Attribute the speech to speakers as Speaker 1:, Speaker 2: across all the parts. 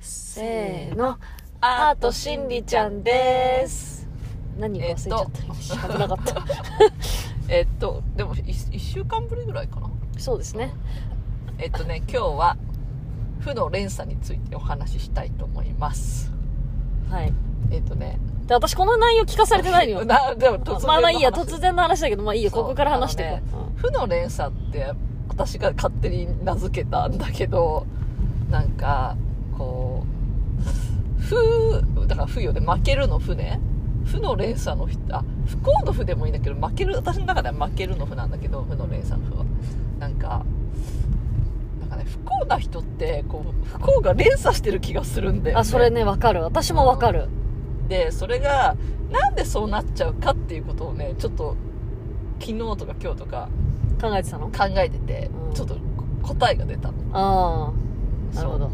Speaker 1: せーのアートしんりちゃんです何が忘れちゃった、危なかった
Speaker 2: えっとでも 1, 週間ぶりぐらいかな
Speaker 1: そうですね
Speaker 2: えっと ね今日は負の連鎖についてお話ししたいと思います
Speaker 1: はい
Speaker 2: えっとね
Speaker 1: で私この内容聞かされてないのよ
Speaker 2: なでも突然の話
Speaker 1: まあまあいいや突然の話だけどまあいいよ
Speaker 2: そう
Speaker 1: ここから話して
Speaker 2: あ
Speaker 1: い
Speaker 2: の
Speaker 1: こ
Speaker 2: ね
Speaker 1: う、うん
Speaker 2: 負の連鎖って私が勝手に名付けたんだけどなんかこう負だから負よね負けるの負ね負の連鎖の人あ不幸の負でもいいんだけど負ける私の中では負けるの負なんだけど負の連鎖の負はなんかなんかね不幸な人ってこう不幸が連鎖してる気がするんだよ、ね、
Speaker 1: あそれねわかる私もわかる
Speaker 2: でそれがなんでそうなっちゃうかっていうことをねちょっと昨日とか今日とか
Speaker 1: 考えてたの
Speaker 2: 考えてて、
Speaker 1: うん
Speaker 2: ちょっと答えが出たの
Speaker 1: ああなるほど
Speaker 2: そ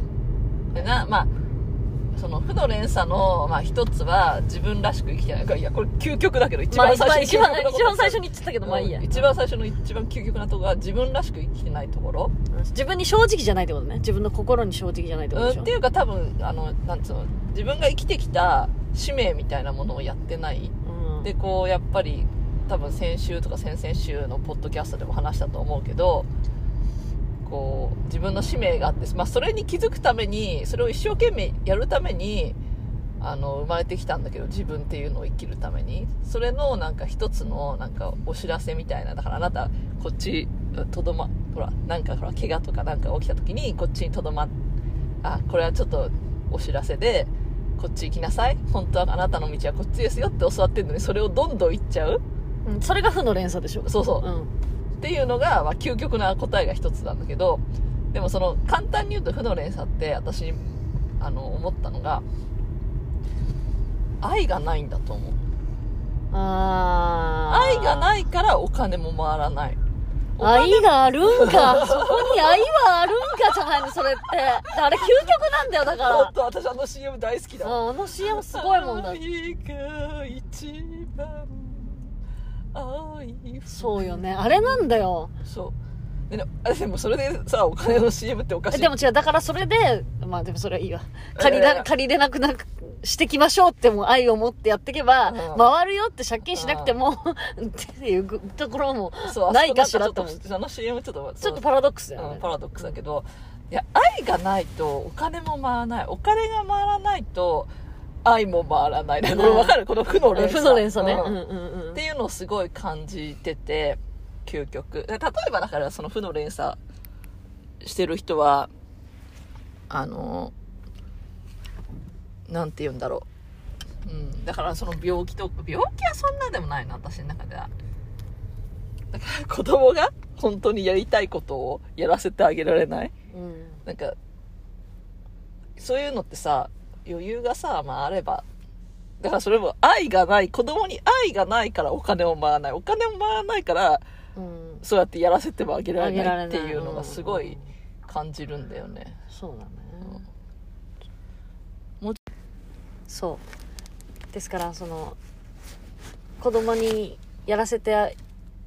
Speaker 2: うでなまあその負の連鎖の、まあ、一つは自分らしく生きてないからいやこれ究極だけど一
Speaker 1: まあ
Speaker 2: 番
Speaker 1: 一
Speaker 2: 最初
Speaker 1: 番
Speaker 2: に究 極な
Speaker 1: 一番
Speaker 2: こと
Speaker 1: 一番最初に言ってたけどまあいいや、
Speaker 2: うん一番最初の一番究極なところが自分らしく生きてないところ、
Speaker 1: 自分に正直じゃないってことね自分の心に正直じゃないってこと
Speaker 2: うん、
Speaker 1: でしょ、
Speaker 2: っていうか多分あのなんつうの自分が生きてきた使命みたいなものをやってない
Speaker 1: うん
Speaker 2: でこうやっぱり多分先週とか先々週のポッドキャストでも話したと思うけどこう自分の使命があって、まあ、それに気づくためにそれを一生懸命やるためにあの生まれてきたんだけど自分っていうのを生きるためにそれのなんか一つのなんかお知らせみたいなだからあなたこっちとどまほらなんかほら怪我とかなんか起きた時にこっちにとどまあこれはちょっとお知らせでこっち行きなさい本当はあなたの道はこっちですよって教わってるのにそれをどんどん行っちゃう
Speaker 1: うんそれが負の連鎖でしょ
Speaker 2: そうそう、
Speaker 1: ん
Speaker 2: っていうのが、まあ、究極な答えが一つなんだけどでもその簡単に言うと負の連鎖って私あの思ったのが愛がないんだと思う
Speaker 1: あ
Speaker 2: 愛が
Speaker 1: い
Speaker 2: ないからお金も回らないお金
Speaker 1: 愛があるんかそこに愛はあるんかじゃないのそれってあれ究極なんだよだ
Speaker 2: も
Speaker 1: か
Speaker 2: っと私あの CM 大好きだ
Speaker 1: らうんあの CM すごいもん だ
Speaker 2: 愛が一番愛
Speaker 1: そうよねあれなんだよ
Speaker 2: そうでねあでもそれでさお金の CM っておかし
Speaker 1: え
Speaker 2: い
Speaker 1: でも違うだからそれでまあでもそれはいいわ
Speaker 2: え
Speaker 1: 借りら借りれなくなくしてきましょうってもう愛を持ってやっていけば、
Speaker 2: うん
Speaker 1: 回るよって借金しなくても、っていうぐところも
Speaker 2: そう
Speaker 1: ないかしらと
Speaker 2: と
Speaker 1: 思う
Speaker 2: あの CM ちょっと
Speaker 1: ちょっと
Speaker 2: パ
Speaker 1: パラドックスだよ
Speaker 2: ラ,、
Speaker 1: ね、
Speaker 2: パラドックスだけどいや愛がないとお金も回らないお金が回らないと愛も回らない、
Speaker 1: うん
Speaker 2: これ分かるこの負の連
Speaker 1: 負
Speaker 2: 鎖
Speaker 1: の連鎖ね。
Speaker 2: うん
Speaker 1: うんうんう
Speaker 2: っ
Speaker 1: ん
Speaker 2: ていうのをすごい感じてて究極で例えばだからその負の連鎖してる人はあのなんて言うんだろう、うん、だからその病気と病気はそんなでもないな私の中ではだから子供が本当にやりたいことをやらせてあげられない
Speaker 1: うん。
Speaker 2: なんかそういうのってさ余裕がさ、まあ、あればだからそれも愛がない子供に愛がないからお金を回らないお金も回らないから
Speaker 1: うん。
Speaker 2: そうやってやらせてもあげら
Speaker 1: あ
Speaker 2: れ
Speaker 1: げら
Speaker 2: な
Speaker 1: れ
Speaker 2: いっ
Speaker 1: な
Speaker 2: て
Speaker 1: い。
Speaker 2: いうのがすご
Speaker 1: うん
Speaker 2: い。感じるんだよね、
Speaker 1: そうだね。
Speaker 2: もうち
Speaker 1: そう。ですから、その、子供にやらせてあ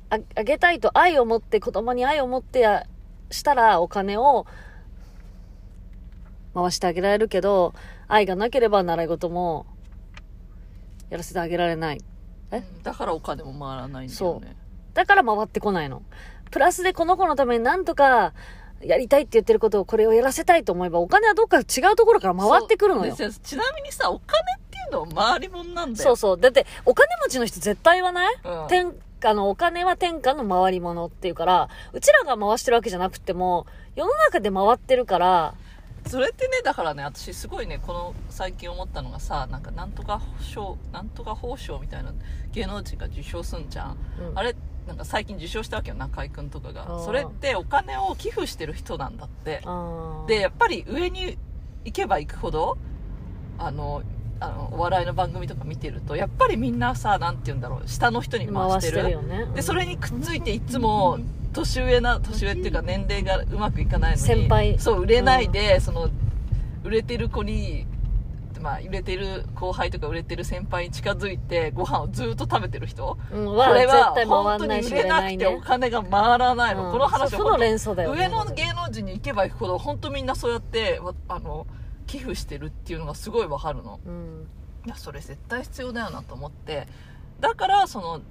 Speaker 1: ああげたいと愛を持って、子供に愛を持ってやしたらお金を回してあげられるけど、愛がなければ習い事もやらせてあげられない。え
Speaker 2: だからお金も回らないんだよね
Speaker 1: だから回ってこないの。プラスでこの子のためになんとかやりたいって言ってることをこれをやらせたいと思えばお金はどっか違うところから回ってくるのよ。
Speaker 2: そ
Speaker 1: そう
Speaker 2: うでちなみにさお金っていうのは回りもんなんだ
Speaker 1: そ
Speaker 2: よ
Speaker 1: うだってお金持ちの人絶対言わない、
Speaker 2: うん
Speaker 1: 天あのお金は天下の回り物っていうから、うちらが回してるわけじゃなくても世の中で回ってるから、
Speaker 2: それってねだからね私すごいねこの最近思ったのがさなんかなんとか賞なんとか報賞みたいな芸能人が受賞すんじゃん、
Speaker 1: うん
Speaker 2: あれなんか最近受賞したわけよ中居君とか
Speaker 1: あ
Speaker 2: が
Speaker 1: ー
Speaker 2: それってお金を寄付してる人なんだって
Speaker 1: あー
Speaker 2: でやっぱり上に行けば行くほどあのあのお笑いの番組とか見てるとやっぱりみんなさなんて言うんだろう下の人に回
Speaker 1: 回
Speaker 2: して
Speaker 1: し
Speaker 2: る
Speaker 1: てるよね。
Speaker 2: でそれにくっついていつも年上な年上っていうか年齢がうまくいかないのに
Speaker 1: 先輩
Speaker 2: そう売れないで、その売れてる子にまあ売れてる後輩とか売れてる先輩に近づいてご飯をずっと食べてる人
Speaker 1: うん、
Speaker 2: こ
Speaker 1: は
Speaker 2: れ
Speaker 1: 絶
Speaker 2: は
Speaker 1: 対
Speaker 2: 本
Speaker 1: 回
Speaker 2: 当
Speaker 1: ん
Speaker 2: に
Speaker 1: ない
Speaker 2: 売
Speaker 1: し
Speaker 2: れなくてお
Speaker 1: ね。
Speaker 2: 金が回らないの、
Speaker 1: うん
Speaker 2: この話
Speaker 1: そ
Speaker 2: は
Speaker 1: う負の
Speaker 2: 本
Speaker 1: 連鎖だ
Speaker 2: 当
Speaker 1: よね。
Speaker 2: 上の芸能人に行けば行くほど本当みんなそうやってわあの寄付してるっていうのがすごいわかるの
Speaker 1: うん
Speaker 2: いやそれ絶対必要だよなと思ってだからその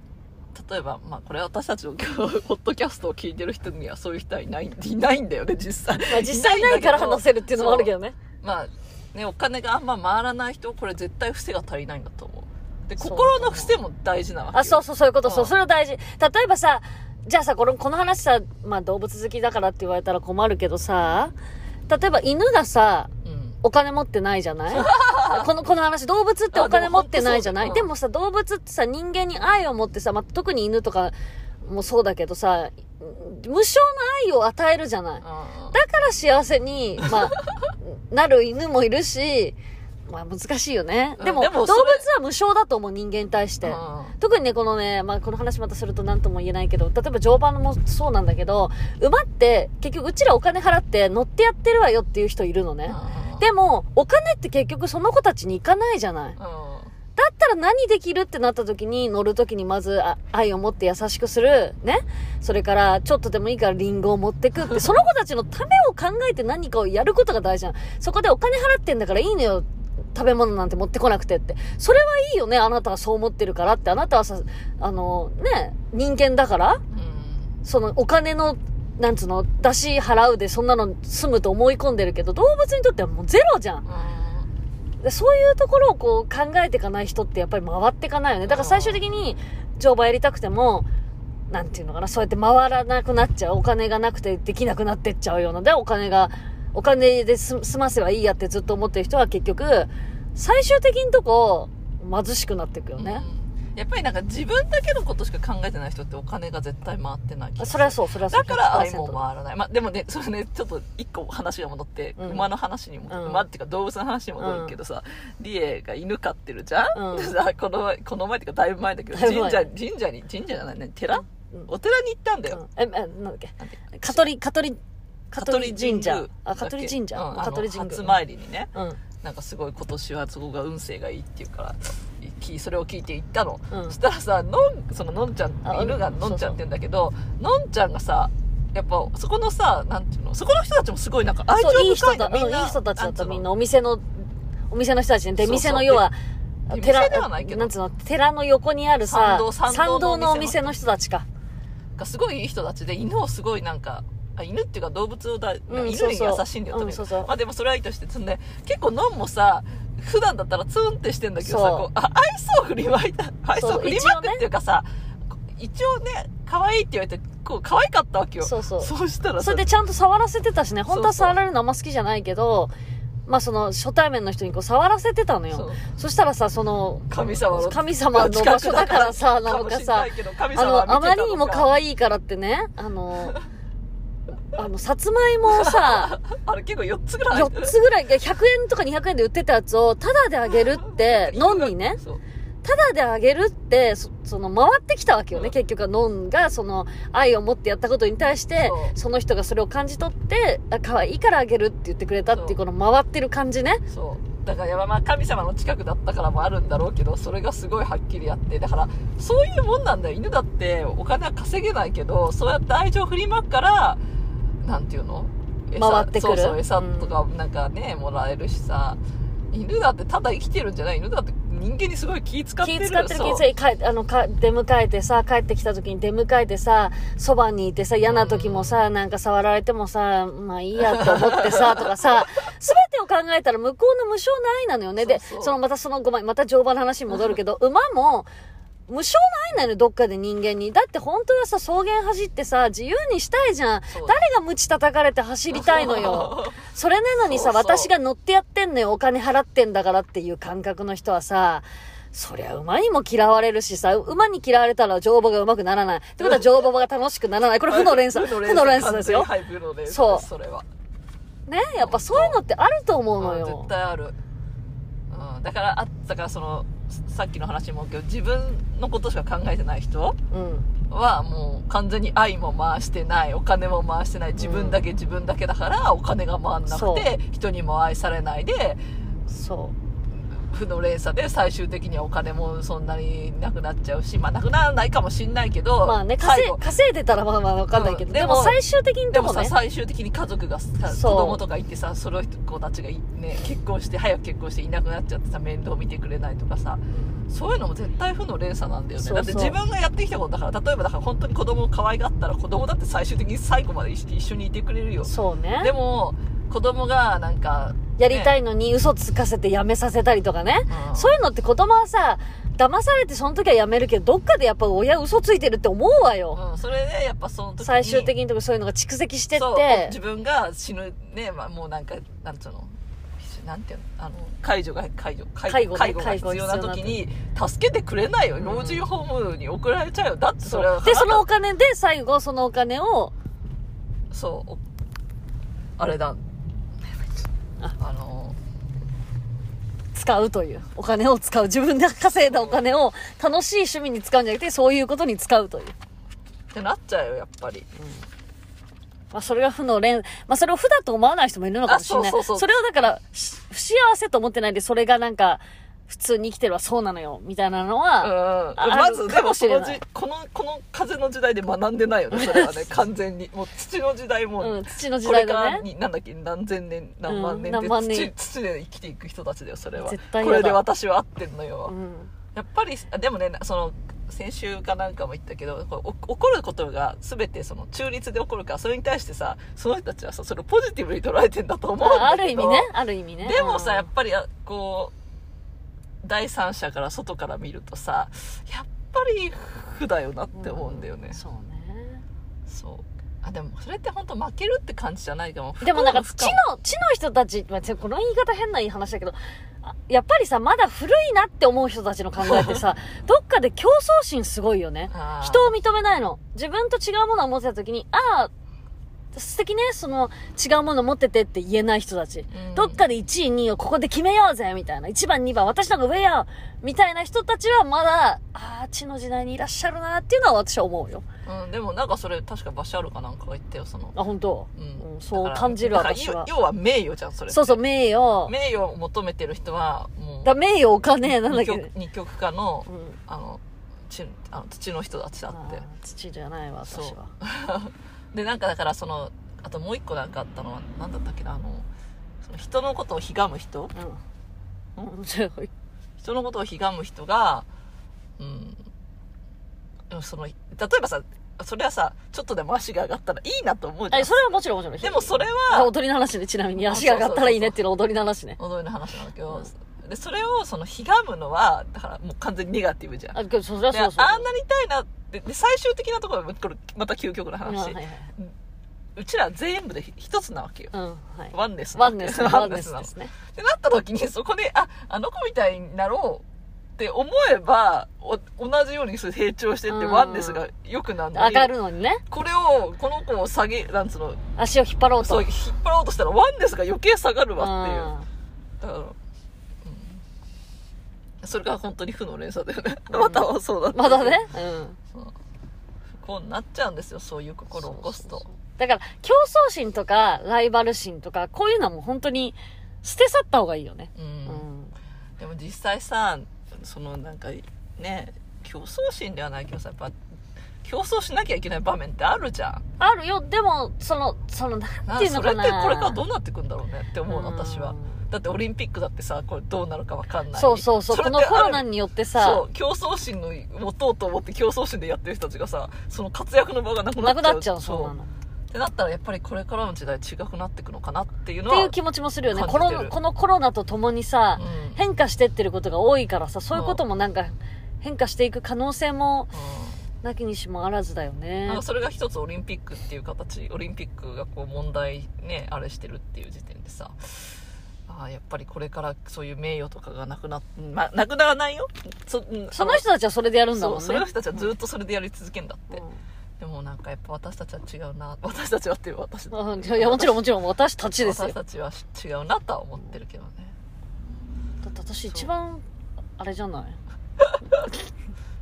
Speaker 2: 例えば、まあ、これは私たちのポッドキャストを聞いてる人にはそういう人はいないいないんだよね実際
Speaker 1: まあ、実際ないから話せるっていうのもあるけどね
Speaker 2: まあねお金があんま回らない人これ絶対伏せが足りないんだと思うで
Speaker 1: そう
Speaker 2: 心の伏せも大事なわけよ
Speaker 1: あそうそうそういうこと、
Speaker 2: うん
Speaker 1: そうそれは大事例えばさじゃあさこのこの話さ、まあ、動物好きだからって言われたら困るけどさ例えば犬がさ
Speaker 2: うん
Speaker 1: お金持ってないじゃない この、この話、動物ってお金持ってないじゃな
Speaker 2: あ
Speaker 1: い
Speaker 2: で
Speaker 1: で
Speaker 2: も
Speaker 1: もさ、動物ってさ、人間に愛を持ってさ、まあ、特に犬とかもそうだけどさ、無償の愛を与えるじゃない。だ
Speaker 2: うん
Speaker 1: から幸せに、ま あ、なる犬もいるし、まあ難しいよね。でも、
Speaker 2: でも
Speaker 1: 動
Speaker 2: そ
Speaker 1: 物
Speaker 2: れ
Speaker 1: は無償だと思う、人間に対して。
Speaker 2: う
Speaker 1: 特にね、このね、まあ、この話またすると何とも言えないけど、例えば乗馬もそうなんだけど、馬って結局うちらお金払って乗ってやってるわよっていう人いるのね。
Speaker 2: ん
Speaker 1: でも、お金って結局その子たちに行かないじゃない。だ
Speaker 2: うん
Speaker 1: ったら何できるってなった時に、乗る時にまずあ愛を持って優しくする。ね。それから、ちょっとでもいいからリンゴを持ってくって、その子たちのためを考えて何かをやることが大事なの。そこでお金払ってんだからいいのよ。食べ物なんて持ってこなくてって。それはいいよね。あなたがそう思ってるからって。あなたはさ、あの、ね、人間だから。
Speaker 2: うん
Speaker 1: そのお金の、なんつうの、出し払うでそんなの済むと思い込んでるけど、動物にとってはもうゼロじゃん。
Speaker 2: うん
Speaker 1: でそういうところをこう考えていかない人ってやっぱり回っていかないよね。だから最終的に乗馬やりたくても、なんていうのかな、そうやって回らなくなっちゃう。お金がなくてできなくなってっちゃうような。で、お金が、お金で済済ませばいいやってずっと思ってる人は結局、最終的にとこ貧しくなっていくよね。
Speaker 2: うんやっぱりなんか自分だけのことしか考えてない人ってお金が絶対回ってない気がする
Speaker 1: それはそう、それはそう。
Speaker 2: だから愛
Speaker 1: 100%
Speaker 2: も回らない、まあ、でもねそれねちょっと一個話が戻って、
Speaker 1: うん
Speaker 2: 馬の話にも、
Speaker 1: うん
Speaker 2: 馬っていうか動物の話に戻るけどさ、リエが犬飼ってるじゃん、
Speaker 1: うん
Speaker 2: でさこの前この前っていうかだいぶ前だけど
Speaker 1: だいぶ
Speaker 2: 神
Speaker 1: 前
Speaker 2: 社神社に神社じゃないね寺、
Speaker 1: うん
Speaker 2: お寺に行ったんだよ、
Speaker 1: うんえ、え、なんだっけ
Speaker 2: なんていうの
Speaker 1: 香取、香取、香取神
Speaker 2: だっ
Speaker 1: 社
Speaker 2: け。
Speaker 1: あ、香取神社。
Speaker 2: うん、
Speaker 1: 香取
Speaker 2: あ
Speaker 1: 神
Speaker 2: の初
Speaker 1: 宮。
Speaker 2: 参りにね
Speaker 1: うん。
Speaker 2: なんかすごい今年はそこが運勢がいいっていうからきそれを聞いて行ったの、
Speaker 1: うん
Speaker 2: そしたらさのんそののんちゃん
Speaker 1: あ
Speaker 2: 犬が
Speaker 1: うん
Speaker 2: のんちゃんって言うんだけどのんちゃんがさやっぱそこのさなんていうのそこの人たちもすごいなんか愛情
Speaker 1: そういい
Speaker 2: 深
Speaker 1: 人
Speaker 2: いの
Speaker 1: だ、
Speaker 2: み
Speaker 1: うんん、
Speaker 2: ない
Speaker 1: い人たちだっ
Speaker 2: んつう
Speaker 1: た、
Speaker 2: の
Speaker 1: みんな。お店の、お店の人たちね。
Speaker 2: そ
Speaker 1: で、
Speaker 2: うそう
Speaker 1: 店の要は、
Speaker 2: で
Speaker 1: 寺
Speaker 2: 店ではないけど
Speaker 1: んつうの、寺の横にある
Speaker 2: 参、
Speaker 1: さ
Speaker 2: 道参道の
Speaker 1: のお
Speaker 2: お店
Speaker 1: 店の人たちか。
Speaker 2: がすごいいい人たちで犬をすごいなんかあ犬っていうか動物をだ、
Speaker 1: うん
Speaker 2: 犬
Speaker 1: そう
Speaker 2: に
Speaker 1: そう
Speaker 2: 優しいんだよ、とにかく
Speaker 1: うんそうそう
Speaker 2: まあでもそれはいいとしてつんで結構のんもさ普段だったらツンってしてんだけどさ
Speaker 1: そう
Speaker 2: こうあ愛想を振りまいた愛想を振りまくっていうかさこう一応ね可愛いって言われてこう可愛かったわけよ
Speaker 1: そうそう。
Speaker 2: そうしたら
Speaker 1: そ
Speaker 2: さ
Speaker 1: れでちゃんと触らせてたしね、本当は
Speaker 2: そうそう
Speaker 1: 触られるのあんま好きじゃないけど、まあその初対面の人にこう触らせてたの
Speaker 2: そ
Speaker 1: よ
Speaker 2: う。
Speaker 1: そしたらさ、その、
Speaker 2: 神様の
Speaker 1: 神様の場所だからさ、な
Speaker 2: 近
Speaker 1: の
Speaker 2: くだか
Speaker 1: か
Speaker 2: らもし、
Speaker 1: さ
Speaker 2: れないけど神
Speaker 1: あ
Speaker 2: 様は見て
Speaker 1: の、
Speaker 2: た
Speaker 1: あ
Speaker 2: のか
Speaker 1: まりにも可愛いからってね、あ の、あの、さつまいもをさ、
Speaker 2: あれ結構4つぐらい入って
Speaker 1: 4
Speaker 2: る
Speaker 1: つぐらい、いや100円とか200円で売ってたやつを、タダであげるって、ノンにね、
Speaker 2: そう
Speaker 1: タダであげるって、そその、回ってきたわけよね。
Speaker 2: うん
Speaker 1: 結局は、ノンが、その、愛を持ってやったことに対して
Speaker 2: そ、
Speaker 1: その人がそれを感じ取って、あ、可愛いからあげるって言ってくれたっていう、
Speaker 2: そ
Speaker 1: この回ってる感じね。
Speaker 2: そうだからやばまあ神様の近くだったからもあるんだろうけどそれがすごいはっきりあってだからそういうもんなんだよ犬だってお金は稼げないけどそうやって愛情振りまくからなんていうの餌
Speaker 1: 回ってく
Speaker 2: そ
Speaker 1: る
Speaker 2: うそう餌とかなんかね、もらえるしさ犬だってただ生きてるんじゃない犬だって人間にすごい気使って
Speaker 1: 気
Speaker 2: る
Speaker 1: 使ってる
Speaker 2: そう
Speaker 1: 気使ってあのか出迎えてさ帰ってきた時に出迎えてさそばにいてさ嫌な時もさ、なんか触られてもさまあいいやと思っ てさとかさ全てを考えたら向こうの無償の愛なのよ
Speaker 2: そ
Speaker 1: ね
Speaker 2: うそう
Speaker 1: でそのまたそのごめんまた乗馬の話に戻るけど馬も無償の愛なのよどっかで人間にだって本当はさ草原走ってさ自由にしたいじゃん
Speaker 2: そう
Speaker 1: 誰が鞭叩かれて走りたい のよそれなのにさ
Speaker 2: そうそう
Speaker 1: 私が乗ってやってんのよお金払ってんだからっていう感覚の人はさそりゃ馬にも嫌われるしさ馬に嫌われたら乗馬が上手くならないってことは乗馬が楽しくならないこれ負の連鎖負の連鎖ですよ
Speaker 2: 完全にはい負の連鎖
Speaker 1: そう
Speaker 2: それは
Speaker 1: ねやっぱそういうのってあると思うの
Speaker 2: うん
Speaker 1: よ
Speaker 2: 絶対ある、うん、だからあだからそのさっきの話も思うけど自分のことしか考えてない人
Speaker 1: うん
Speaker 2: はもう完全に愛も回してないお金も回してない自分だけ自分だけだからお金が回んな
Speaker 1: そ
Speaker 2: くて人にも愛されないで
Speaker 1: そ
Speaker 2: 負の連鎖で最終的にはお金もそんなになくなっちゃうし、まあなくならないかもしんないけど、
Speaker 1: まあね、
Speaker 2: 最
Speaker 1: 稼い
Speaker 2: 後、
Speaker 1: 稼いでたらまあまあわかんないけど、
Speaker 2: うん
Speaker 1: で
Speaker 2: で
Speaker 1: も
Speaker 2: も
Speaker 1: 最終的に
Speaker 2: で
Speaker 1: と
Speaker 2: も
Speaker 1: も
Speaker 2: さ、
Speaker 1: ね、
Speaker 2: 最終的に家族がさ、子
Speaker 1: そう
Speaker 2: 供とかいてさ、その子たちがいね、結婚して、早く結婚していなくなっちゃってさ、面倒見てくれないとかさ、そういうのも絶対負の連鎖なんだよね。
Speaker 1: そうそう
Speaker 2: だって自分がやってきたことだから、例えばだから本当に子供を可愛がったら、子供だって最終的に最後まで一一緒にいてくれるよ。
Speaker 1: そう
Speaker 2: で
Speaker 1: ね。
Speaker 2: も、子供がなんか、
Speaker 1: やりた
Speaker 2: い、
Speaker 1: いのに嘘つかせて辞めさせたりとかね。
Speaker 2: うん
Speaker 1: そういうのって子供はさ、騙されてその時は辞めるけど、どっかでやっぱ親嘘ついてるって思うわよ。
Speaker 2: うん、それでやっぱその時に
Speaker 1: 最終的にとかそういうのが蓄積してっ
Speaker 2: そう
Speaker 1: て
Speaker 2: 自、分が死ぬね、まあ、もうなんかなんつうのなんていうのあの介助が介助介
Speaker 1: 介護ね
Speaker 2: 介護が必要な時に助けてくれないよ、
Speaker 1: うん
Speaker 2: 老人ホームに送られちゃうよだってそれは
Speaker 1: で、その
Speaker 2: あ
Speaker 1: お金で最後そのお金を、
Speaker 2: なたそうおあれだ
Speaker 1: あ
Speaker 2: あの
Speaker 1: 使うというお金を使う自分で稼いだお金を楽しい趣味に使うんじゃなくてそういうことに使うという、
Speaker 2: ってなっちゃうよやっぱり
Speaker 1: まあ、それが負の連、まあ、それを負だと思わない人もいるのかもしれない
Speaker 2: あそうそうそう
Speaker 1: れをだからし不幸せと思ってないでそれがなんか普通に生きてるはそうなのよみたいなの
Speaker 2: うん
Speaker 1: は、あ
Speaker 2: ま
Speaker 1: る
Speaker 2: ず
Speaker 1: か
Speaker 2: で
Speaker 1: も
Speaker 2: も
Speaker 1: し
Speaker 2: そ
Speaker 1: れ
Speaker 2: の
Speaker 1: ない
Speaker 2: じこのこの風の時代で学んでないよねそれは ね完全にもう土の時代も、
Speaker 1: うん土の時
Speaker 2: これ
Speaker 1: 代
Speaker 2: から
Speaker 1: だね
Speaker 2: に何だっけ何千年何万年
Speaker 1: う
Speaker 2: っ
Speaker 1: ん何
Speaker 2: て
Speaker 1: 万
Speaker 2: 土,、
Speaker 1: 年
Speaker 2: 土で生きていく人たちだよそれは
Speaker 1: 絶対
Speaker 2: こ
Speaker 1: 嫌だ
Speaker 2: れで私は合ってんのよ、
Speaker 1: うん
Speaker 2: やっぱりあでもねその先週かなんかも言ったけどこうお怒ることが全てその中立で起こるからそれに対してさその人たちはさそれをポジティブに捉えてんだと思うんだけど
Speaker 1: あある意味ねある意味ね
Speaker 2: でもさ、
Speaker 1: うん
Speaker 2: やっぱりあこう第三者から外から見るとさやっぱり負だよなって思うんだよね、
Speaker 1: そうね
Speaker 2: そうあでもそれって本当負けるって感じじゃないかも
Speaker 1: でもなんか
Speaker 2: 不
Speaker 1: 地
Speaker 2: 幸
Speaker 1: の地の人たち、まあ、ちょこの言い方変な言い話だけどあやっぱりさまだ古いなって思う人たちの考えっ てさどっかで競争心すごいよね
Speaker 2: あー
Speaker 1: 人を認めないの自分と違うものを持ってた時にああ素敵ねその違うもの持っててって言えない人たち、
Speaker 2: うん
Speaker 1: どっかで1位2位をここで決めようぜみたいな1番2番私の方が上やみたいな人たちはまだああ地の時代にいらっしゃるなっていうのは私は思うよ
Speaker 2: うん、でもなんかそれ確かバシャールかなんかが言ったよその、
Speaker 1: あ本当、
Speaker 2: うん
Speaker 1: うんそう
Speaker 2: だから
Speaker 1: 感じる
Speaker 2: だから
Speaker 1: 私は
Speaker 2: 要要は名誉じゃんそれ
Speaker 1: そうそう名誉
Speaker 2: 名誉を求めてる人はもう
Speaker 1: だ名誉お金なんだっ
Speaker 2: 二
Speaker 1: け、
Speaker 2: 極二極化の
Speaker 1: うん、
Speaker 2: あの土あの土の人たちだって
Speaker 1: あー土じゃないわ私は
Speaker 2: でなんかだからそのあともう一個なんかあったのは何だったっけなあのその人のことをひがむ人
Speaker 1: うん うん
Speaker 2: 人のことをひがむ人がうんでもその例えばさそれはさちょっとでも足が上がったらいいなと思うじゃ
Speaker 1: あ
Speaker 2: ん
Speaker 1: それはもちろんもちろん
Speaker 2: でもそれ
Speaker 1: あ
Speaker 2: は
Speaker 1: 踊りの話ねちなみに足が上がったらいいねっていうのは踊りの話ね
Speaker 2: 踊りの話なんだけど、
Speaker 1: う
Speaker 2: でそれをそのひがむのはだからもう完全にネガティブじゃん
Speaker 1: あけどそれは
Speaker 2: で
Speaker 1: そうそう
Speaker 2: ああなりたいなってで最終的なところはこれまた究極の
Speaker 1: うん
Speaker 2: 話、
Speaker 1: はいはいう
Speaker 2: ちら全部で一つなわけよ
Speaker 1: うんはい
Speaker 2: ワンネスな
Speaker 1: ワ
Speaker 2: わ
Speaker 1: ン
Speaker 2: け
Speaker 1: ネス
Speaker 2: ワ
Speaker 1: ワ
Speaker 2: ン
Speaker 1: ン
Speaker 2: ネ
Speaker 1: ネ
Speaker 2: ス
Speaker 1: ス
Speaker 2: なの
Speaker 1: で
Speaker 2: っ
Speaker 1: すね
Speaker 2: てなった時にそこでああの子みたいになろうって思えばお同じようにそう成長してって
Speaker 1: うん
Speaker 2: ワンネスが良くなるの
Speaker 1: 上
Speaker 2: に
Speaker 1: がるのにね
Speaker 2: これをこの子を下げなんつうの
Speaker 1: 足を引っ張ろうと
Speaker 2: そう引っ張ろうとしたらワンネスが余計下がるわっていうだ
Speaker 1: うん
Speaker 2: から、うん、それが本当に負の連鎖だよね、
Speaker 1: うん
Speaker 2: またはそうだった
Speaker 1: まだねうん
Speaker 2: そう不幸になっちゃうんですよそういう心を起こすと
Speaker 1: そうそうそうだから競争心とかライバル心とかこういうのはもう本当に捨て去った方がいいよね
Speaker 2: う
Speaker 1: うんん
Speaker 2: でも実際さそのなんかね競争心ではないけどさやっぱ競争しなきゃいけない場面ってあるじゃん
Speaker 1: あるよでもそのそのなん
Speaker 2: な
Speaker 1: ていうの
Speaker 2: それ
Speaker 1: か
Speaker 2: ってこ
Speaker 1: な
Speaker 2: れからどうなってくんだろうねって思うの私は
Speaker 1: ん
Speaker 2: だってオリンピックだってさこれどうなるかわかんない
Speaker 1: そうそうそう
Speaker 2: れ
Speaker 1: こ
Speaker 2: って
Speaker 1: のコロナ
Speaker 2: ある
Speaker 1: によってさ
Speaker 2: そう競争心の持とうと思って競争心でやってる人たちがさその活躍の場がなくな
Speaker 1: な
Speaker 2: っちゃ
Speaker 1: く
Speaker 2: う
Speaker 1: なっちゃうそうなのっ
Speaker 2: ってなったらやっぱりこれからの時代違くなっていくのかなっていうのは
Speaker 1: ていう気持ちもするよね
Speaker 2: 感
Speaker 1: こ
Speaker 2: じてる
Speaker 1: のこのコロナとともにさ、
Speaker 2: うん
Speaker 1: 変化してってることが多いからさそういうこともなんか変化していく可能性もなきにしもあらずだよ
Speaker 2: うん
Speaker 1: ね
Speaker 2: なんかそれが一つオリンピックっていう形オリンピックがこう問題ねあれしてるっていう時点でさああやっぱりこれからそういう名誉とかがなくなっ、まあ、なくならないよそうん
Speaker 1: その人たちはそれでやるんだもん
Speaker 2: そう
Speaker 1: ね
Speaker 2: それの人たちはずっとそれでやり続けんだって、
Speaker 1: う
Speaker 2: でもなんかやっぱ私たちは違うな 私たちはっていう私
Speaker 1: んうんいやいやもちろんもちろん私たちですよ
Speaker 2: 私たちは違うなとは思ってるけどね
Speaker 1: だって私一番あれじゃない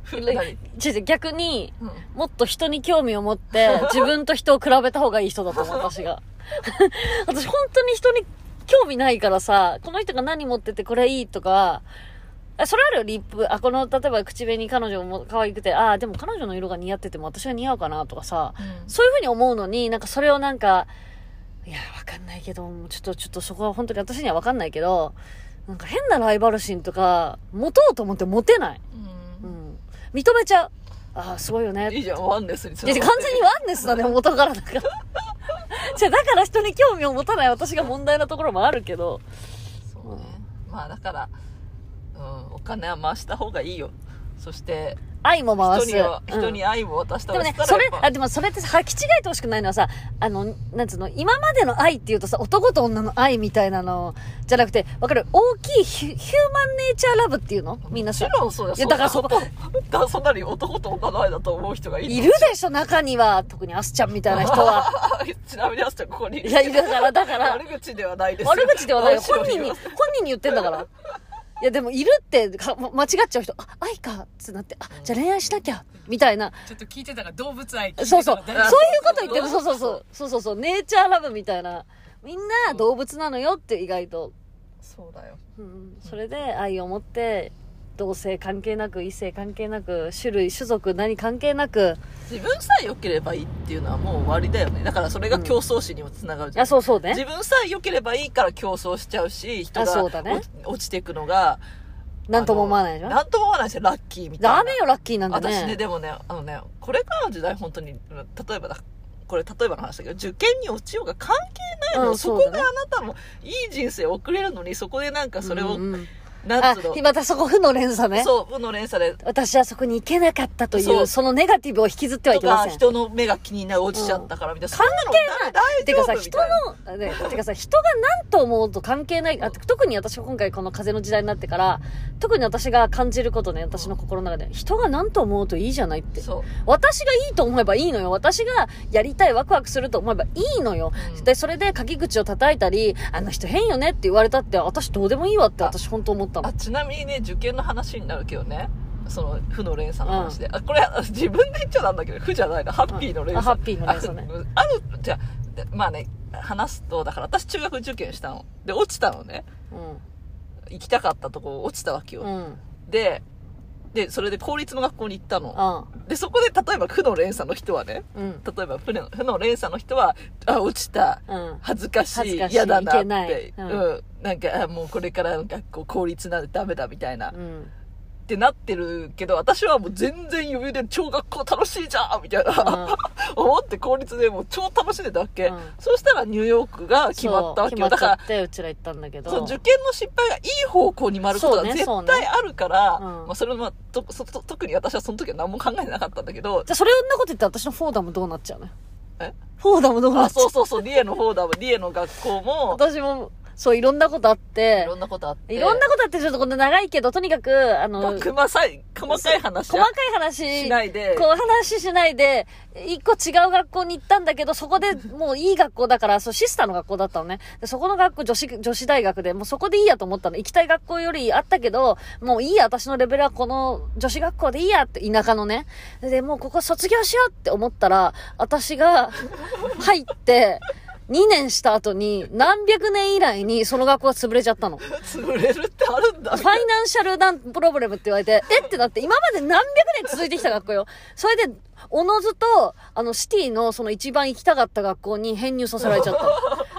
Speaker 2: ふ
Speaker 1: いや
Speaker 2: 何
Speaker 1: 違う違う逆に
Speaker 2: うん
Speaker 1: もっと人に興味を持 って、自分と人を比べた方がいい人だと思う、私が。私、本当に人に興味ないからさ、この人が何持っててこれいいとか、あそれあるよ、リップ。あ、この、例えば口紅彼女も可愛くて、ああ、でも彼女の色が似合ってても私が似合うかなとかさ、そういうふうに思うのに、なんかそれをなんか、いや、わかんないけど、ちょっと、ちょっとそこは本当に私にはわかんないけど、なんか変なライバル心とか、持とうと思って持てない。う
Speaker 2: うん
Speaker 1: ん。認めちゃう。ああ、すごいよね。
Speaker 2: いいじゃんワンネスにつ
Speaker 1: いや完全にワンネスだね、元からだから。 じゃあだから人に興味を持たない私が問題なところもあるけど。
Speaker 2: そうねまあだから、うん、お金は回した方がいいよそして
Speaker 1: 愛も回
Speaker 2: 人
Speaker 1: す。
Speaker 2: には、
Speaker 1: うん
Speaker 2: 人に愛を渡した
Speaker 1: で
Speaker 2: 方
Speaker 1: も
Speaker 2: がいい
Speaker 1: ね
Speaker 2: か、ら
Speaker 1: それ
Speaker 2: やっ、ぱ
Speaker 1: あ、でもそれってさ、履き違えてほしくないのはさ、あの、なんつうの、今までの愛っていうとさ、男と女の愛みたいなの、じゃなくて、わかる大きいヒュヒューマンネイチャーラブっていうのみんなさ
Speaker 2: もちろんそうだ
Speaker 1: いやだからそこ
Speaker 2: んなだからそんなに男と女の愛だと思う人がいる
Speaker 1: いるでしょ、中には。特にアスちゃんみたいな人 は。
Speaker 2: ちなみにあすちゃんここに
Speaker 1: いや、いるから、だから。
Speaker 2: 悪口ではないです
Speaker 1: 悪口で はないよ
Speaker 2: むしろ
Speaker 1: 本人に
Speaker 2: 言い
Speaker 1: 本
Speaker 2: ます
Speaker 1: 人に言ってん だからいやでもいるってか間違っちゃう人あ愛かってなってあじゃあ恋愛しなきゃみたいな
Speaker 3: ちょっと聞いてたから動物愛聞いてた
Speaker 1: そうそうそう
Speaker 3: か
Speaker 1: いう
Speaker 3: ら大丈
Speaker 1: こと言ってるそうそうそうそうそうそうネイチャーラブみたいなみんな動物なのよって意外と、
Speaker 2: そうだよ
Speaker 1: うん、それで愛を持って同性関係なく異性関係なく種類種族何関係なく
Speaker 2: 自分さえ良ければいいっていうのはもう終わりだよねだからそれが競争心にもつながるじゃん
Speaker 1: あそうそうね
Speaker 2: 自分さえ良ければいいから競争しちゃうし人
Speaker 1: あ
Speaker 2: が
Speaker 1: そうだね
Speaker 2: 落ち落ちていくのが
Speaker 1: なんとも思わないでしょ
Speaker 2: なんとも思わないですよラッキーみたいな
Speaker 1: ダメよラッキーなんだ
Speaker 2: 私ね
Speaker 1: ね
Speaker 2: でもねあのねこれからの時代本当に例えばだこれ例えばの話だけど受験に落ちようが関係ないの、
Speaker 1: うん
Speaker 2: そ
Speaker 1: そう
Speaker 2: こ
Speaker 1: だね
Speaker 2: があなたもいい人生を送れるのにそこでなんかそれを、
Speaker 1: うんうん
Speaker 2: なん
Speaker 1: あ
Speaker 2: つうの、
Speaker 1: またそこ負の連鎖ね
Speaker 2: そう負の連鎖で
Speaker 1: 私はそこに行けなかったという、
Speaker 2: そ
Speaker 1: そうのネガティブを引きずってはい
Speaker 2: と
Speaker 1: けま
Speaker 2: か
Speaker 1: せん。
Speaker 2: 人の目が気になる落ちちゃったからみたいな、そんなの
Speaker 1: て
Speaker 2: 大
Speaker 1: かさ、
Speaker 2: 丈夫み
Speaker 1: 人
Speaker 2: たいな
Speaker 1: の、ね、てかさ、人が何と思うと関係ない、あ特に私が今回この風の時代になってから、特に私が感じることね、私の心の中で、人が何と思うといいじゃないって。
Speaker 2: そう
Speaker 1: 私がいいと思えばいいのよ。私がやりたい、ワクワクすると思えばいいのよ。
Speaker 2: うん
Speaker 1: で、それで鍵口を叩いたり、あの人変よねって言われたって、私どうでもいいわって私本当思ったの
Speaker 2: あ。ちなみにね受験の話になるけどねその負の連鎖の話で、あこれあ自分で言っちゃなんだけど負じゃないのハッピーの連
Speaker 1: あハッ
Speaker 2: 鎖、
Speaker 1: ピーの連鎖ね。
Speaker 2: ああるじゃあでまあね話すとだから私中学受験したので落ちたのね
Speaker 1: う
Speaker 2: 行きたかったとこ落ちたわけよ、
Speaker 1: ん。うん。
Speaker 2: ででそれで公立の学校に行ったの
Speaker 1: あ
Speaker 2: でそこで例えば負の連鎖の人はね
Speaker 1: うん。
Speaker 2: 例えば負の負の連鎖の人はあ落ちた
Speaker 1: うん。
Speaker 2: 恥ずかし
Speaker 1: 恥ず
Speaker 2: い
Speaker 1: かしい
Speaker 2: 嫌だ
Speaker 1: い
Speaker 2: な
Speaker 1: けな
Speaker 2: っ
Speaker 1: い
Speaker 2: て
Speaker 1: う
Speaker 2: うんん、なんかあもうこれからの学校公立なんてダメだみたいな、
Speaker 1: うん。
Speaker 2: ってなってるけど、私はもう全然余裕で超学校楽しいじゃんみたいな、思って公立でもう超楽しんでたわけ。
Speaker 1: うん
Speaker 2: そうしたらニューヨークが決まったわけよ。
Speaker 1: そう
Speaker 2: だ
Speaker 1: 決
Speaker 2: か
Speaker 1: ま
Speaker 2: ら
Speaker 1: っちゃ、ってうちら行ったんだけど
Speaker 2: そう受験の失敗がいい方向に回ること
Speaker 1: そ
Speaker 2: が
Speaker 1: うね
Speaker 2: 絶
Speaker 1: そうね
Speaker 2: 対あるから、
Speaker 1: うん
Speaker 2: まあ、それも、まあとそと特に私はその時は何も考えてなかったんだけど、
Speaker 1: じゃあそれんなこと言って私のフォーダムどうなっちゃうのよ
Speaker 2: え
Speaker 1: フォーダムどうな
Speaker 2: あ
Speaker 1: っちゃう
Speaker 2: そうそうそう、リエの方だも、リエの学校も、
Speaker 1: 私もそういろんなことあっ
Speaker 2: い
Speaker 1: て
Speaker 2: ろんなことあって、
Speaker 1: いろんなことあってちょっとこんな長いけどとにかくあの
Speaker 2: まあ細
Speaker 1: 細
Speaker 2: かい、細かい話
Speaker 1: かい
Speaker 2: は
Speaker 1: 話
Speaker 2: しないで、
Speaker 1: こう話しないで、一個違う学校に行ったんだけど、そこでもういい学校だから、そう、シスターの学校だったのね。でそこの学校、女子、女子大学で、もうそこでいいやと思ったの。行きたい学校よりあったけど、もういいや、私のレベルはこの女子学校でいいやって、田舎のね。で、もうここ卒業しようって思ったら、私が入って、2年した後に、何百年以来にその学校が潰れちゃったの。
Speaker 2: 潰れるってあるんだ、み
Speaker 1: フ
Speaker 2: た
Speaker 1: ァ
Speaker 2: い
Speaker 1: イナンシャルなんプロブレムって言われて、えってなって、今まで何百年続いてきた学校よ。それで、おのずと、あの、シティのその一番行きたかった学校に編入させられちゃっ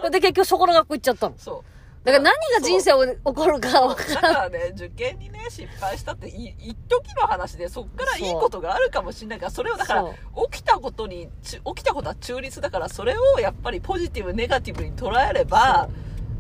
Speaker 1: たの。で、結局そこの学校行っちゃったの
Speaker 2: な。。そう。
Speaker 1: だから何が人生を起こるか分
Speaker 2: だ
Speaker 1: か
Speaker 2: から
Speaker 1: ん。
Speaker 2: らね、受験にね、失敗したって、い、一時の話で、そっからいいことがあるかもしれないから、それをだか
Speaker 1: そう
Speaker 2: ら、起きたことに、ち起きたことは中立だから、それをやっぱりポジティブ、ネガティブに捉えれば、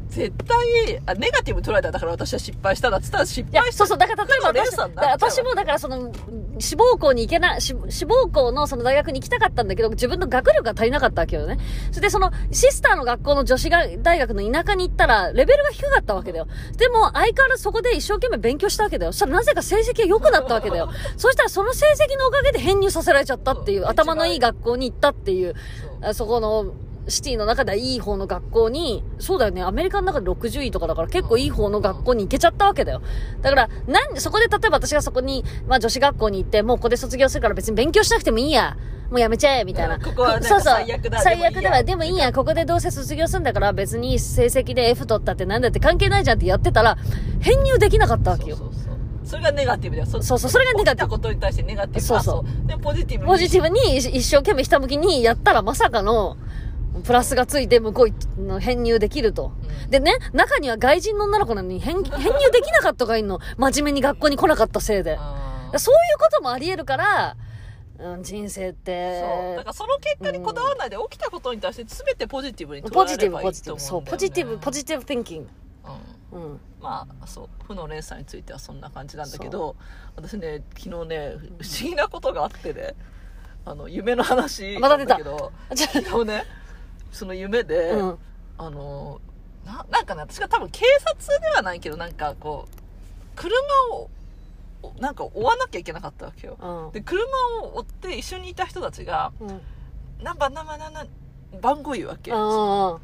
Speaker 2: 絶対、あ、ネガティブ捉えたら、だから私は失敗しただっつったら失
Speaker 1: いや
Speaker 2: 敗、し
Speaker 1: そうそう、だから例えば
Speaker 2: でもレー
Speaker 1: 私、だ
Speaker 2: サー
Speaker 1: か
Speaker 2: になっち
Speaker 1: ら
Speaker 2: ゃう
Speaker 1: 私もだからその、志望校に行けない、志志望校のその大学に行きたかったんだけど、自分の学力が足りなかったわけよね。それでその、シスターの学校の女子が大学の田舎に行ったら、レベルが低かったわけだよ。でも、相変わらずそこで一生懸命勉強したわけだよ。そしたらなぜか成績が良くなったわけだよ。そしたらその成績のおかげで編入させられちゃったっていう、
Speaker 2: そう
Speaker 1: 頭のいい学校に行ったっていう、
Speaker 2: た。
Speaker 1: あそこの、シティの中ではいい方の学校に、そうだよね、アメリカの中で60位とかだから結構いい方の学校に行けちゃったわけだよ。だから、なん、そこで例えば私がそこに、まあ女子学校に行って、もうここで卒業するから別に勉強しなくてもいいや。もうやめちゃえみたいな、
Speaker 2: うんここはなんか
Speaker 1: そうそう
Speaker 2: 最悪だ
Speaker 1: 最悪だわ
Speaker 2: で
Speaker 1: で
Speaker 2: も
Speaker 1: も
Speaker 2: いいや
Speaker 1: いいやここでどうせ卒業するんだから別に成績で F 取ったってなんだって関係ないじゃんってやってたら編入できなかったわけよ
Speaker 2: そうそうそうそれがネガティブだよそ
Speaker 1: そうそうそれがネガ
Speaker 2: 起き
Speaker 1: テ
Speaker 2: た
Speaker 1: ィブ
Speaker 2: ことに対してネガティブ
Speaker 1: そうそう
Speaker 2: あうでポジティブに
Speaker 1: ポジティブに一一生懸命ひたむきにやったらまさかのプラスがついて向こうの編入できると。
Speaker 2: うん
Speaker 1: でね、中には外人の女の子なのに編編入できなかった子がいるの。真面目に学校に来なかったせいで。
Speaker 2: あー
Speaker 1: そういうこともあり得るから、うん、人生っ
Speaker 2: そうだ
Speaker 1: て
Speaker 2: から、その結果にこだわらないで起きたことに対して全てポジティブに捉
Speaker 1: ポ
Speaker 2: え
Speaker 1: ジテ
Speaker 2: れ
Speaker 1: ィブ、
Speaker 2: ばい
Speaker 1: ポ
Speaker 2: い
Speaker 1: ジテ
Speaker 2: と
Speaker 1: ィ
Speaker 2: 思
Speaker 1: ブ、
Speaker 2: うんだよね
Speaker 1: そう、ポジティブ、ポジティブ thinking。
Speaker 2: うん
Speaker 1: うん。
Speaker 2: まあそう負の連鎖についてはそんな感じなんだけど私ね昨日ね不思議なことがあってねあの夢の話
Speaker 1: また出た
Speaker 2: なんだけど
Speaker 1: じゃ
Speaker 2: 昨日ねその夢で、
Speaker 1: うん。
Speaker 2: あのななんかね私が多分警察ではないけどなんかこう車をおなんか追わなきゃいけなかったわけよ
Speaker 1: うん。
Speaker 2: で車を追って一緒にいた人たちが
Speaker 1: うん。
Speaker 2: 何番何番何番番号言うわけ
Speaker 1: あ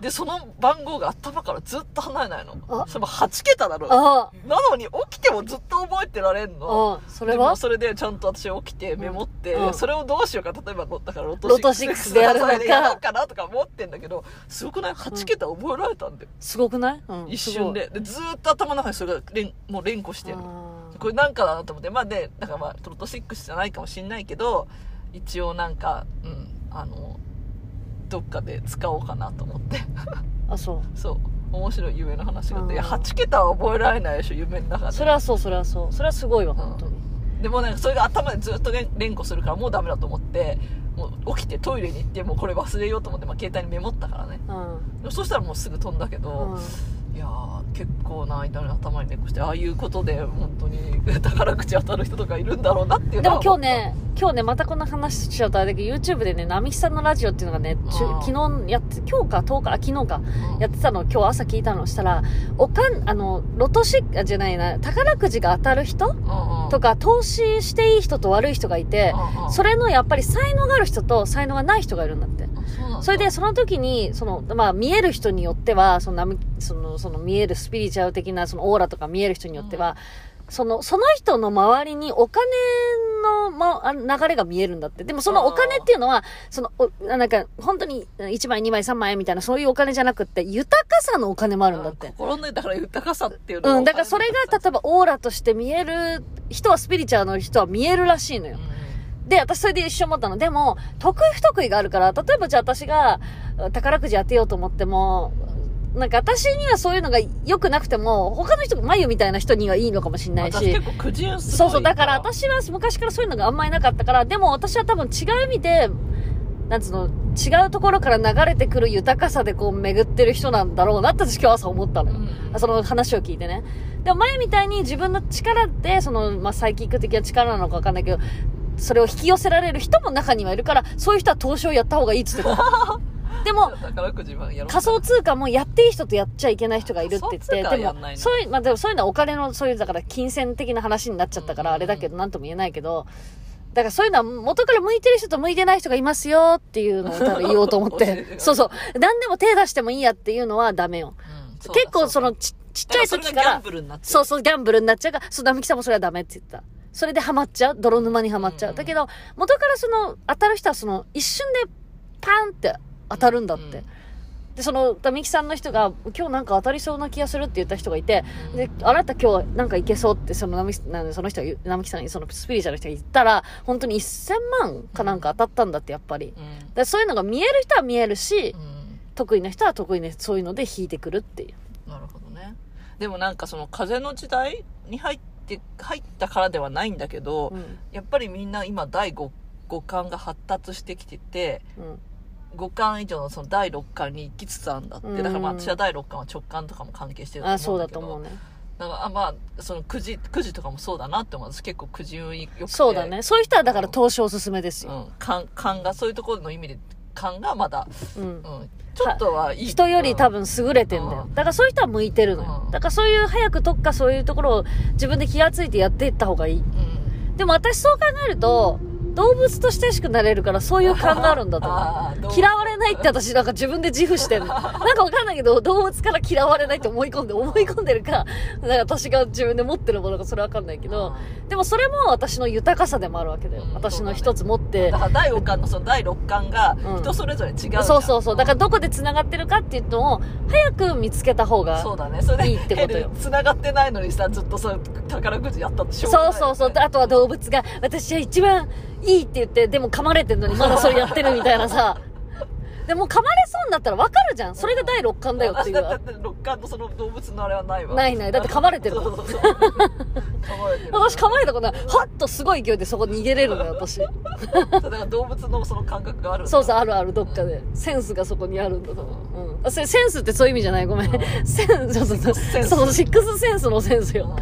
Speaker 2: でその番号が頭からずっと離れないの
Speaker 1: あ
Speaker 2: それも8桁なの
Speaker 1: あ。あ
Speaker 2: なのに起きてもずっと覚えてられん
Speaker 1: あ。
Speaker 2: の。
Speaker 1: ああ。そ
Speaker 2: そ
Speaker 1: れは
Speaker 2: それでちゃんと私起きてメモって、
Speaker 1: うんうん
Speaker 2: それをどうしようか。例えば、だからロ
Speaker 1: ロト6でやるのか
Speaker 2: でやろうかなとか思ってんだけど、すごくない ?8 桁覚えられたんだよ。
Speaker 1: すごくないうん。
Speaker 2: 一瞬で。で、ずーっと頭の中にそれが連、もう連呼し
Speaker 1: すご
Speaker 2: て
Speaker 1: い。
Speaker 2: るの。
Speaker 1: ああ
Speaker 2: これなんかだなと思って、まあで、なんかまあ、ロト6じゃないかもしんないけど、一応なんか、うん、あの、どっかで使おうかなと思って。
Speaker 1: あ、そう。
Speaker 2: そう。面白い夢の話があって、いや
Speaker 1: うん
Speaker 2: 8桁は覚えられないでしょ、夢の中で。
Speaker 1: それはそう、それはそう。それはすごいわ、本当に。
Speaker 2: でもなんかそれが頭でずっと連連呼するからもうダメだと思ってもう起きてトイレに行ってもうこれ忘れようと思って、まあ、携帯にメモったからね
Speaker 1: うん。
Speaker 2: でもそしたらもうすぐ飛んだけ
Speaker 1: う
Speaker 2: ど、
Speaker 1: ん
Speaker 2: いやー結構な間に頭に連呼してああいうことで本当に 宝くじ当たる人とかいるんだろうなっていう
Speaker 1: で
Speaker 2: のは
Speaker 1: も今
Speaker 2: 思っ
Speaker 1: 日ね、今日ね、またこんな話しちゃうとあれだけど、YouTube でね、並木さんのラジオっていうのがね、ちゅ
Speaker 2: うん
Speaker 1: 昨日やって、今日か10日、あ、昨日か、
Speaker 2: た
Speaker 1: やってたのを今日朝聞いたのをしたら、おかん、あの、ロトシック、あじゃないな、宝くじが当たる人
Speaker 2: うんうん
Speaker 1: とか、投資していい人と悪い人がいて、
Speaker 2: うんうん
Speaker 1: それのやっぱり才能がある人と才能がない人がいるんだって。
Speaker 2: あそうなんだ
Speaker 1: それで、その時に、その、まあ、見える人によっては、その並木、その、その、見えるスピリチュアル的な、その、オーラとか見える人によっては、その、その人の周りにお金の、ま、あ流れが見えるんだって。でも、そのお金っていうのは、その、おなんか、本当に、1枚、2枚、3枚みたいな、そういうお金じゃなくって、豊かさのお金もあるんだっ
Speaker 2: う
Speaker 1: て
Speaker 2: ん。心のだから豊かさっていうのは
Speaker 1: うん、だからそれが、例えば、オーラとして見える、人はスピリチュアルの人は見えるらしいのよ
Speaker 2: うん。
Speaker 1: で、私それで一緒に思ったの。でも、得意不得意があるから、例えばじゃあ私がうん宝くじ当てようと思っても、なんか私にはそういうのが良くなくても、他の人、眉みたいな人にはいいのかもしれない
Speaker 2: 私
Speaker 1: し
Speaker 2: 結。構くじ運すごい
Speaker 1: そうそう、だから私は昔からそういうのがあんまりなかったから、でも私は多分違う意味で、なんつうの、違うところから流れてくる豊かさでこう巡ってる人なんだろうなって私今日朝思ったのよ。
Speaker 2: うん
Speaker 1: その話を聞いてね。でも前みたいに自分の力って、その、まあ、サイキック的な力なのかわかんないけど、それを引き寄せられる人も中にはいるから、そういう人は投資をやった方がいいっつ ってた。でも、
Speaker 2: 宝くじはやろうかな
Speaker 1: 仮想通貨もやっていい人とやっちゃいけない人がいるって言
Speaker 2: 仮
Speaker 1: っ
Speaker 2: 想通
Speaker 1: て、
Speaker 2: 貨は
Speaker 1: で
Speaker 2: やんない
Speaker 1: も、
Speaker 2: の
Speaker 1: そういう、まあ、でもそういうのはお金の、そういう、だから金銭的な話になっちゃったから、
Speaker 2: うん
Speaker 1: あれだけど、なんとも言えないけど、だからそういうのは元から向いてる人と向いてない人がいますよっていうのを多分言おうと思っ
Speaker 2: 教えてく
Speaker 1: て
Speaker 2: れ。る
Speaker 1: そうそう。何でも手出してもいいやっていうのはダメよ。
Speaker 2: うんうだ
Speaker 1: 結構
Speaker 2: うだ
Speaker 1: そのちちっちゃい時
Speaker 2: だからそれがギャ
Speaker 1: か
Speaker 2: ン
Speaker 1: ら
Speaker 2: ブ、ルになってる
Speaker 1: そうそう、ギャンブルになっちゃうから、そう、並木さんもそれはダメって言ってた。それでハマっちゃう泥沼にはまっちゃう。
Speaker 2: うん
Speaker 1: だけど、元からその、当たる人はその、一瞬で、パンって当たるんだって。
Speaker 2: うんうん
Speaker 1: で、その、並木さんの人が、今日なんか当たりそうな気がするって言った人がいて、
Speaker 2: うん
Speaker 1: で、あなた今日なんかいけそうって、その並木、なんでその人が言う、並木さんに、そのスピリチュアルの人が言ったら、本当に1000万かなんか当たったんだって、やっぱり。
Speaker 2: うん
Speaker 1: でそういうのが見える人は見えるし、
Speaker 2: うん
Speaker 1: 得意な人は得意な、そういうので引いてくるっていう。
Speaker 2: なるほどねでもなんかその風の時代に入って入ったからではないんだけど、
Speaker 1: うん。
Speaker 2: やっぱりみんな今第五五感が発達してきてて
Speaker 1: うん。
Speaker 2: 五感以上のその第六感に行きつつあるんだって、
Speaker 1: うん
Speaker 2: だからまあ私は第六感は直感とかも関係してる
Speaker 1: あ、
Speaker 2: と
Speaker 1: そう
Speaker 2: 思う
Speaker 1: だ
Speaker 2: んだけ
Speaker 1: と
Speaker 2: ど
Speaker 1: 思うね。
Speaker 2: だからあまあそのくじくじとかもそうだなって思う私結構くじ運よくて
Speaker 1: そうだね。そういう人はだから投資おすすめです
Speaker 2: う
Speaker 1: よ。
Speaker 2: ん勘勘がそういうところの意味で勘がまだ、
Speaker 1: うん
Speaker 2: う。ん、ちょっとはいい
Speaker 1: 人より多
Speaker 2: 分
Speaker 1: 分優れてんだよ
Speaker 2: う。ん
Speaker 1: だからそういう人は向いてるのよ
Speaker 2: う。ん
Speaker 1: だからそういう早く特化そういうところを自分で気がついてやっていった方がいい。
Speaker 2: うん
Speaker 1: でも私そう考えると、動物と親しくなれるからそういう感があるんだと思
Speaker 2: あーどう
Speaker 1: う嫌われないって私なんか自分で自負して るなんかわかんないけど動物から嫌われないって思い込んで思い込んでるかなんか私が自分で持ってるものかそれわかんないけどでもそれも私の豊かさでもあるわけだよ
Speaker 2: うん
Speaker 1: 私
Speaker 2: そう
Speaker 1: の
Speaker 2: だね
Speaker 1: 一つ持って
Speaker 2: だから第5巻のその第6巻が
Speaker 1: うん
Speaker 2: 人それぞれ違うじゃん
Speaker 1: そうそうそうだからどこで繋がってるかっていうのを早く見つけた方が
Speaker 2: そうだねそれで
Speaker 1: いいってことよ
Speaker 2: 変に繋がってないのにさずっとさ宝くじやったとしょうがな
Speaker 1: そ
Speaker 2: いうよね
Speaker 1: そうそう。であとは動物が、私は一番いいって言って、でも噛まれてんのにまだそれやってるみたいなさ。 でもう噛まれそうになったらわかるじゃん。それが第6巻だよっ
Speaker 2: 私
Speaker 1: てい
Speaker 2: だっ
Speaker 1: う。
Speaker 2: て6巻のその動物のあれはないわ
Speaker 1: ないないだって噛まれてる
Speaker 2: そう そうそう噛まれてる
Speaker 1: 私噛まれたことない。はっとすごい勢いでそこ逃げれるのよ、私。
Speaker 2: そうだから動物のその感覚があるんだ
Speaker 1: そうそう、あるある、どっかで。センスがそこにあるんだと思う。うん。あそれセンスってそういう意味じゃないごめん。センス、そうそう
Speaker 2: センス
Speaker 1: そう、シックスセンスのセンスよ。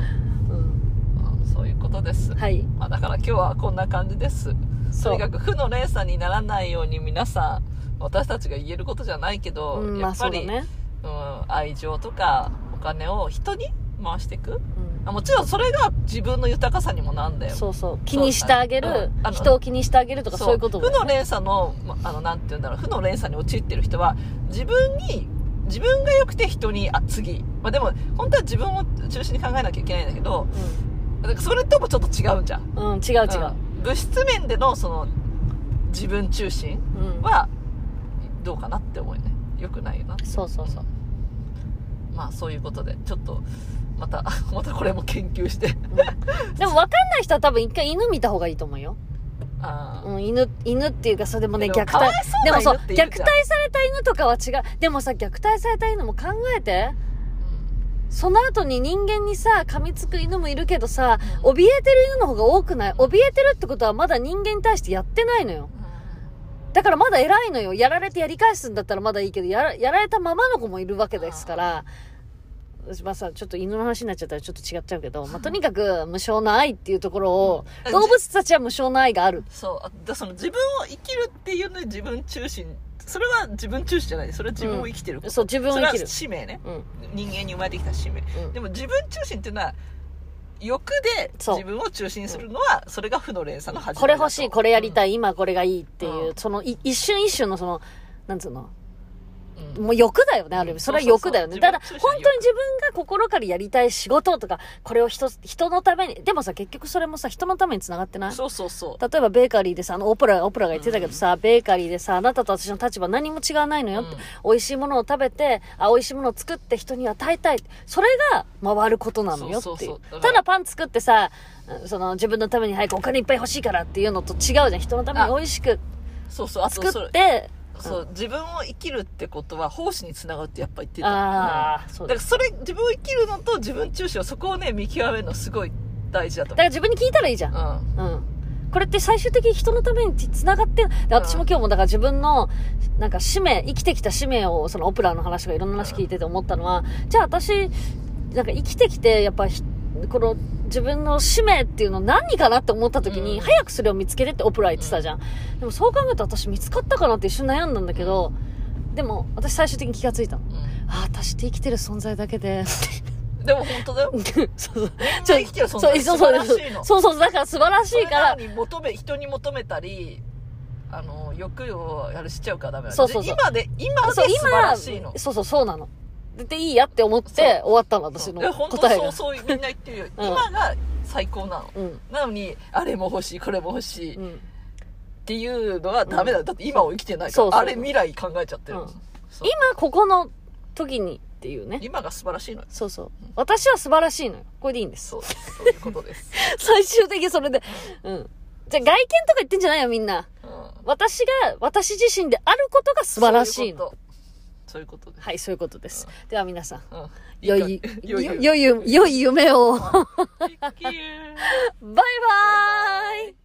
Speaker 1: うん。
Speaker 2: うんそういうことです、
Speaker 1: はい。
Speaker 2: まあ、だから今日はこんな感じですと
Speaker 1: そう
Speaker 2: に。かく負の連鎖にならないように皆さん私たちが言えることじゃないけど、
Speaker 1: うん、ま
Speaker 2: や
Speaker 1: あ
Speaker 2: っ
Speaker 1: そ
Speaker 2: ぱ
Speaker 1: うだ
Speaker 2: り、
Speaker 1: ね。
Speaker 2: うん、愛情とかお金を人に回していく
Speaker 1: うん
Speaker 2: あもちろんそれが自分の豊かさにもなんだよ
Speaker 1: そうそう。気にしてあげ
Speaker 2: そう
Speaker 1: る
Speaker 2: あ。の
Speaker 1: 人を気にしてあげるとかそういうことだ
Speaker 2: 負
Speaker 1: よ
Speaker 2: の
Speaker 1: ね。
Speaker 2: 連鎖の、まあの、なんて言うんだろう、負の連鎖に陥ってる人は、自分に、自分が良くて人に、あ、次。まあ、でも、本当は自分を中心に考えなきゃいけないんだけど、なんかそれともちょっと違うんじゃん。
Speaker 1: うん、うん違う違う。
Speaker 2: ん物質面での、その、自分中心
Speaker 1: うん
Speaker 2: は、どうかなって思うよね。良くないよな。
Speaker 1: そうそうそう。
Speaker 2: まあ、そういうことで、ちょっと、また、 またこれも研究して。
Speaker 1: でも分かんない人は多分一回犬見た方がいいと思うよ。
Speaker 2: あー
Speaker 1: うん、犬、犬っていうか、それでもね、
Speaker 2: でも
Speaker 1: 虐
Speaker 2: かわい
Speaker 1: 待。
Speaker 2: そう
Speaker 1: で
Speaker 2: な
Speaker 1: もそう、
Speaker 2: 犬ってい
Speaker 1: 虐
Speaker 2: る
Speaker 1: 待
Speaker 2: じゃん
Speaker 1: された犬とかは違う。でもさ、虐待された犬も考えて。その後に人間にさ、噛みつく犬もいるけどさ、
Speaker 2: うん
Speaker 1: 怯えてる犬の方が多くない怯えてるってことはまだ人間に対してやってないのよ。だからまだ偉いのよ。やられてやり返すんだったらまだいいけど、やらやられたままの子もいるわけですから。まあさ、ちょっと犬の話になっちゃったらちょっと違っちゃうけど、まあ、とにかく無償な愛っていうところを、
Speaker 2: うん
Speaker 1: 動物たちは無償な愛がある。
Speaker 2: そうあだその自分を生きるっていうのに自分中心それは自分中心じゃないそれは自分を生きてること、
Speaker 1: そう、自分を生
Speaker 2: そ
Speaker 1: き
Speaker 2: れ
Speaker 1: る
Speaker 2: は。使命ね
Speaker 1: うん。
Speaker 2: 人間に生まれてきた使命
Speaker 1: うん
Speaker 2: でも自分中心っていうのは欲で
Speaker 1: そう
Speaker 2: 自分を中心にするのはそれが負の連鎖の始まり
Speaker 1: これ欲しい、これやりた
Speaker 2: い、
Speaker 1: い、今これがいいっていうう、
Speaker 2: ん
Speaker 1: そのい一瞬一瞬のその、なんつうの、
Speaker 2: うん
Speaker 1: もう欲だよね、ある意
Speaker 2: うん
Speaker 1: 味。それは欲だよ
Speaker 2: そ
Speaker 1: ね。
Speaker 2: うそう
Speaker 1: た
Speaker 2: そう自分
Speaker 1: だ、
Speaker 2: 中
Speaker 1: 本
Speaker 2: 心
Speaker 1: 当に自分が心からやりたい仕事とか、これを人、人のために、でもさ、結局それもさ、人のために繋がってない
Speaker 2: そうそうそう
Speaker 1: 例えばベーカリーでさ、あの、オプラ、オプラが言ってたけどさ、ベーカリーでさ、あなたと私の立場何も違わないのよって、美味しいものを食べて、あ、美味しいものを作って人に与えたい。それが回ることなのよってい
Speaker 2: そう
Speaker 1: う。
Speaker 2: そうそうだか
Speaker 1: た
Speaker 2: ら
Speaker 1: だパン作ってさ、その自分のために早くお金いっぱい欲しいからっていうのと違うじゃん。人のために美味しく
Speaker 2: そうそうあとそ
Speaker 1: 作
Speaker 2: れ
Speaker 1: って、
Speaker 2: そう自分を生きるってことは奉仕につながるってやっぱ言ってた
Speaker 1: ああ、そ
Speaker 2: うんだ
Speaker 1: うだ。
Speaker 2: から
Speaker 1: だ
Speaker 2: それ自分を生きるのと自分中心をそこをね見極めるのすごい大事だと
Speaker 1: から自分に聞いたらいいじゃん。
Speaker 2: 思う、うん
Speaker 1: うん。これって最終的に人のためにつながってんで私も今日もだから自分の、なんか使命、生きてきた使命を、そのオプラの話がいろんな話聞いてて思ったのは、じゃあ私、なんか生きてきて、やっぱひ、この自分の使命っていうの何かなって思った時
Speaker 2: うん
Speaker 1: に、早くそれを見つけてってオプラ言ってたじゃん。でもそう考えたら私見つかったかなって一瞬悩んだんだけど、でも私最終的に気がついたの。
Speaker 2: うん
Speaker 1: ああ、私って生きてる存在だ けで、
Speaker 2: でも本当だよ。
Speaker 1: そう そう。
Speaker 2: ちょ生きてる存在
Speaker 1: そ
Speaker 2: 素
Speaker 1: うそ
Speaker 2: 晴
Speaker 1: う
Speaker 2: らしいの。
Speaker 1: そうそう、だから素晴らし
Speaker 2: それ
Speaker 1: いか
Speaker 2: な
Speaker 1: ら
Speaker 2: の、に求め、人に求めたり、あの、欲をやるしちゃうからダメなの
Speaker 1: そうそうそう
Speaker 2: で今で、今で
Speaker 1: そう、
Speaker 2: 素晴ら
Speaker 1: 今、
Speaker 2: しいの。
Speaker 1: そうそう、そうなの。で、でいいやって思っ
Speaker 2: そう
Speaker 1: て終わったの、私の
Speaker 2: いや本当
Speaker 1: 答え
Speaker 2: そ
Speaker 1: が
Speaker 2: う。そうみんな言ってるよ。
Speaker 1: うん
Speaker 2: 今が最高なの。
Speaker 1: うん。
Speaker 2: なのに、あれも欲しい、これも欲しいっ
Speaker 1: うん。
Speaker 2: ていうのはダメだよ。だって今を生きてないか
Speaker 1: そう
Speaker 2: ら。
Speaker 1: そう
Speaker 2: あれ未来考えちゃってる
Speaker 1: うん
Speaker 2: の。そう
Speaker 1: 今、ここの時にっていうね。
Speaker 2: 今が素晴らしいのよ。
Speaker 1: そうそう。私は素晴らしいのよ。これでいいんです。
Speaker 2: そうです。そういうことです。
Speaker 1: 最終的にそれで。うん。じゃあ外見とか言ってんじゃないよ、みんな。
Speaker 2: うん
Speaker 1: 私が、私自身であることが素晴らしいの。。
Speaker 2: そういうことそういうことです。
Speaker 1: はい、そういうことです。では皆さん、
Speaker 2: うん
Speaker 1: 良い、
Speaker 2: 良
Speaker 1: 良
Speaker 2: い
Speaker 1: い、良い、良い夢を。バイバ
Speaker 2: バイバ
Speaker 1: ーイ